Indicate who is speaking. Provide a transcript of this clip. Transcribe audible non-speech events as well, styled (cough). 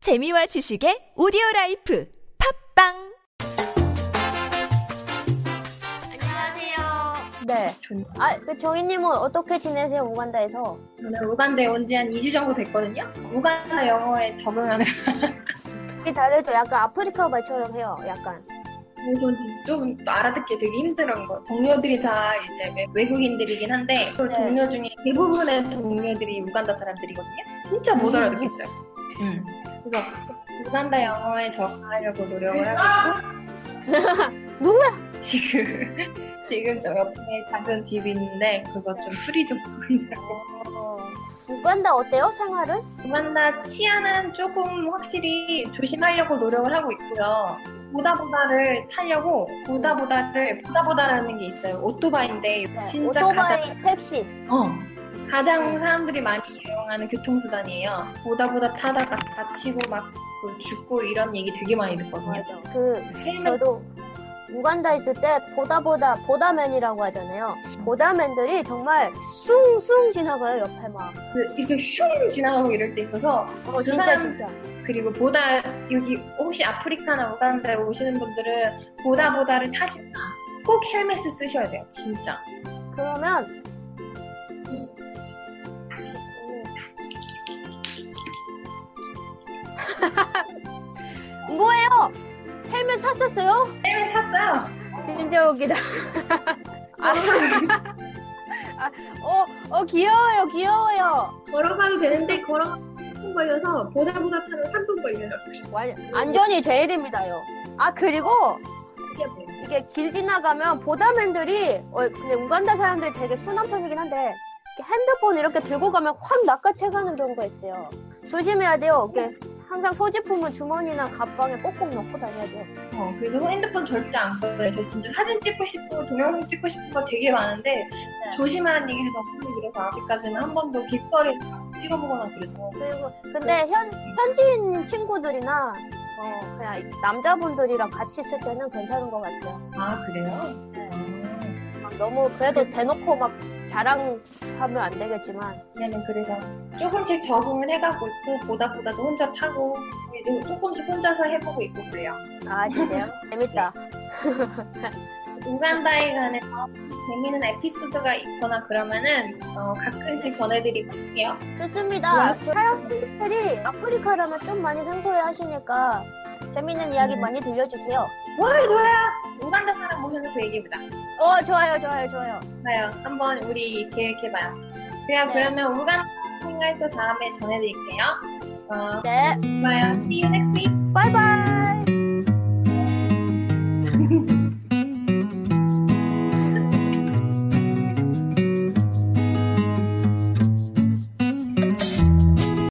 Speaker 1: 재미와 지식의 오디오 라이프 팝빵
Speaker 2: 안녕하세요.
Speaker 3: 네.
Speaker 2: 아, 그 정희님은 어떻게 지내세요, 우간다에서?
Speaker 3: 저는 우간다에 온 지 한 2주 정도 됐거든요. 우간다 영어에 적응하는
Speaker 2: 되게 다르죠. 약간 아프리카 말처럼 해요, 약간.
Speaker 3: 그래서 좀 알아듣기 되게 힘들은 거. 동료들이 다 이제 외- 외국인들이긴 한데 그
Speaker 2: 네.
Speaker 3: 동료 중에 대부분의 동료들이 우간다 사람들이거든요. 진짜 못 알아듣겠어요. 음. 그래서 우간다 영어에 적응하려고 노력을 하고 있고
Speaker 2: 누구야?
Speaker 3: 지금 (laughs) 지금 저 옆에 작은 집이 있는데 그거 좀 수리 좀 하고 있다고.
Speaker 2: 어, 우간다 어때요, 생활은?
Speaker 3: 우간다 치안은 조금 확실히 조심하려고 노력을 하고 있고요. 보다보다를 타려고 보다보다를 보다보다라는 게 있어요. 오토바이인데
Speaker 2: 네,
Speaker 3: 진짜
Speaker 2: 오토바이,
Speaker 3: 가장
Speaker 2: 택시.
Speaker 3: 어, 가장 사람들이 많이 이용하는 교통수단이에요. 보다보다 타다가 다치고 막그 죽고 이런 얘기 되게 많이 듣거든요.
Speaker 2: 맞아. 그, 저도 우간다 있을 때 보다 보다 보다맨이라고 하잖아요. 보다맨들이 정말 숭숭 지나가요, 옆에 막.
Speaker 3: 그 이렇게 슝 지나가고 이럴 때 있어서
Speaker 2: 어,
Speaker 3: 그
Speaker 2: 진짜,
Speaker 3: 사람-
Speaker 2: 진짜.
Speaker 3: 그리고 보다 여기 혹시 아프리카나 우간다에 오시는 분들은 보다보다를 타신다. 꼭 헬멧을 쓰셔야 돼요, 진짜.
Speaker 2: 그러면 (laughs) 뭐예요? 헬멧 샀었어요?
Speaker 3: 헬멧 샀어요.
Speaker 2: 진짜 웃기다. 아,
Speaker 3: (laughs)
Speaker 2: 아, 어, 어 귀여워요, 귀여워요.
Speaker 3: 걸어가도 되는데 걸어 3분 걸려서 보다 보다 타면 3분 걸려요.
Speaker 2: 완- 안전이 제일입니다요. 아 그리고
Speaker 3: 그게 뭐예요?
Speaker 2: 이게 길 지나가면 보다맨들이 어, 근데 우간다 사람들이 되게 순한 편이긴 한데 이렇게 핸드폰 이렇게 들고 가면 확 낚아채가는 경우가 있어요. 조심해야 돼요. 이렇게 항상 소지품은 주머니나 가방에 꼭꼭 넣고 다녀야 돼요.
Speaker 3: 어, 그래서 핸드폰 절대 안 꺼요. 저 진짜 사진 찍고 싶고 동영상 찍고 싶은 거 되게 많은데 조심하라는 얘기를 너무 많이 들어서 아직까지는 한 번도 길거리 찍어보거나 그래서
Speaker 2: 그리고 근데 현 현지인 친구들이나 어, 그냥 남자분들이랑 같이 있을 때는 괜찮은 것 같아요.
Speaker 3: 아 그래요? 네.
Speaker 2: 막 너무 그래도 대놓고 막 자랑하면 안 되겠지만
Speaker 3: 왜냐면 그래서 조금씩 적응을 해가고 있고 보다 보다도 혼자 타고 이제 조금씩 혼자서 해보고 있고 그래요.
Speaker 2: 아 진짜요? 재밌다.
Speaker 3: 우간다에 관해서 재미있는 에피소드가 있거나 그러면은 어, 가끔씩 전해드리고 할게요.
Speaker 2: 좋습니다. 사람들이 아프리카라면 좀 많이 생소해 하시니까 재밌는 이야기
Speaker 3: 음.
Speaker 2: 많이 들려주세요.
Speaker 3: 뭐야 뭐야 우간다 사람 모셔서 그 얘기해보자
Speaker 2: 어, 좋아요, 좋아요, 좋아요.
Speaker 3: 봐요 한번 우리 계획해봐요 그래요
Speaker 2: 네.
Speaker 3: 그러면 우간다 생각또 다음에 전해드릴게요 어,
Speaker 2: 네,
Speaker 3: 봐요 see you next week
Speaker 2: 바이바이.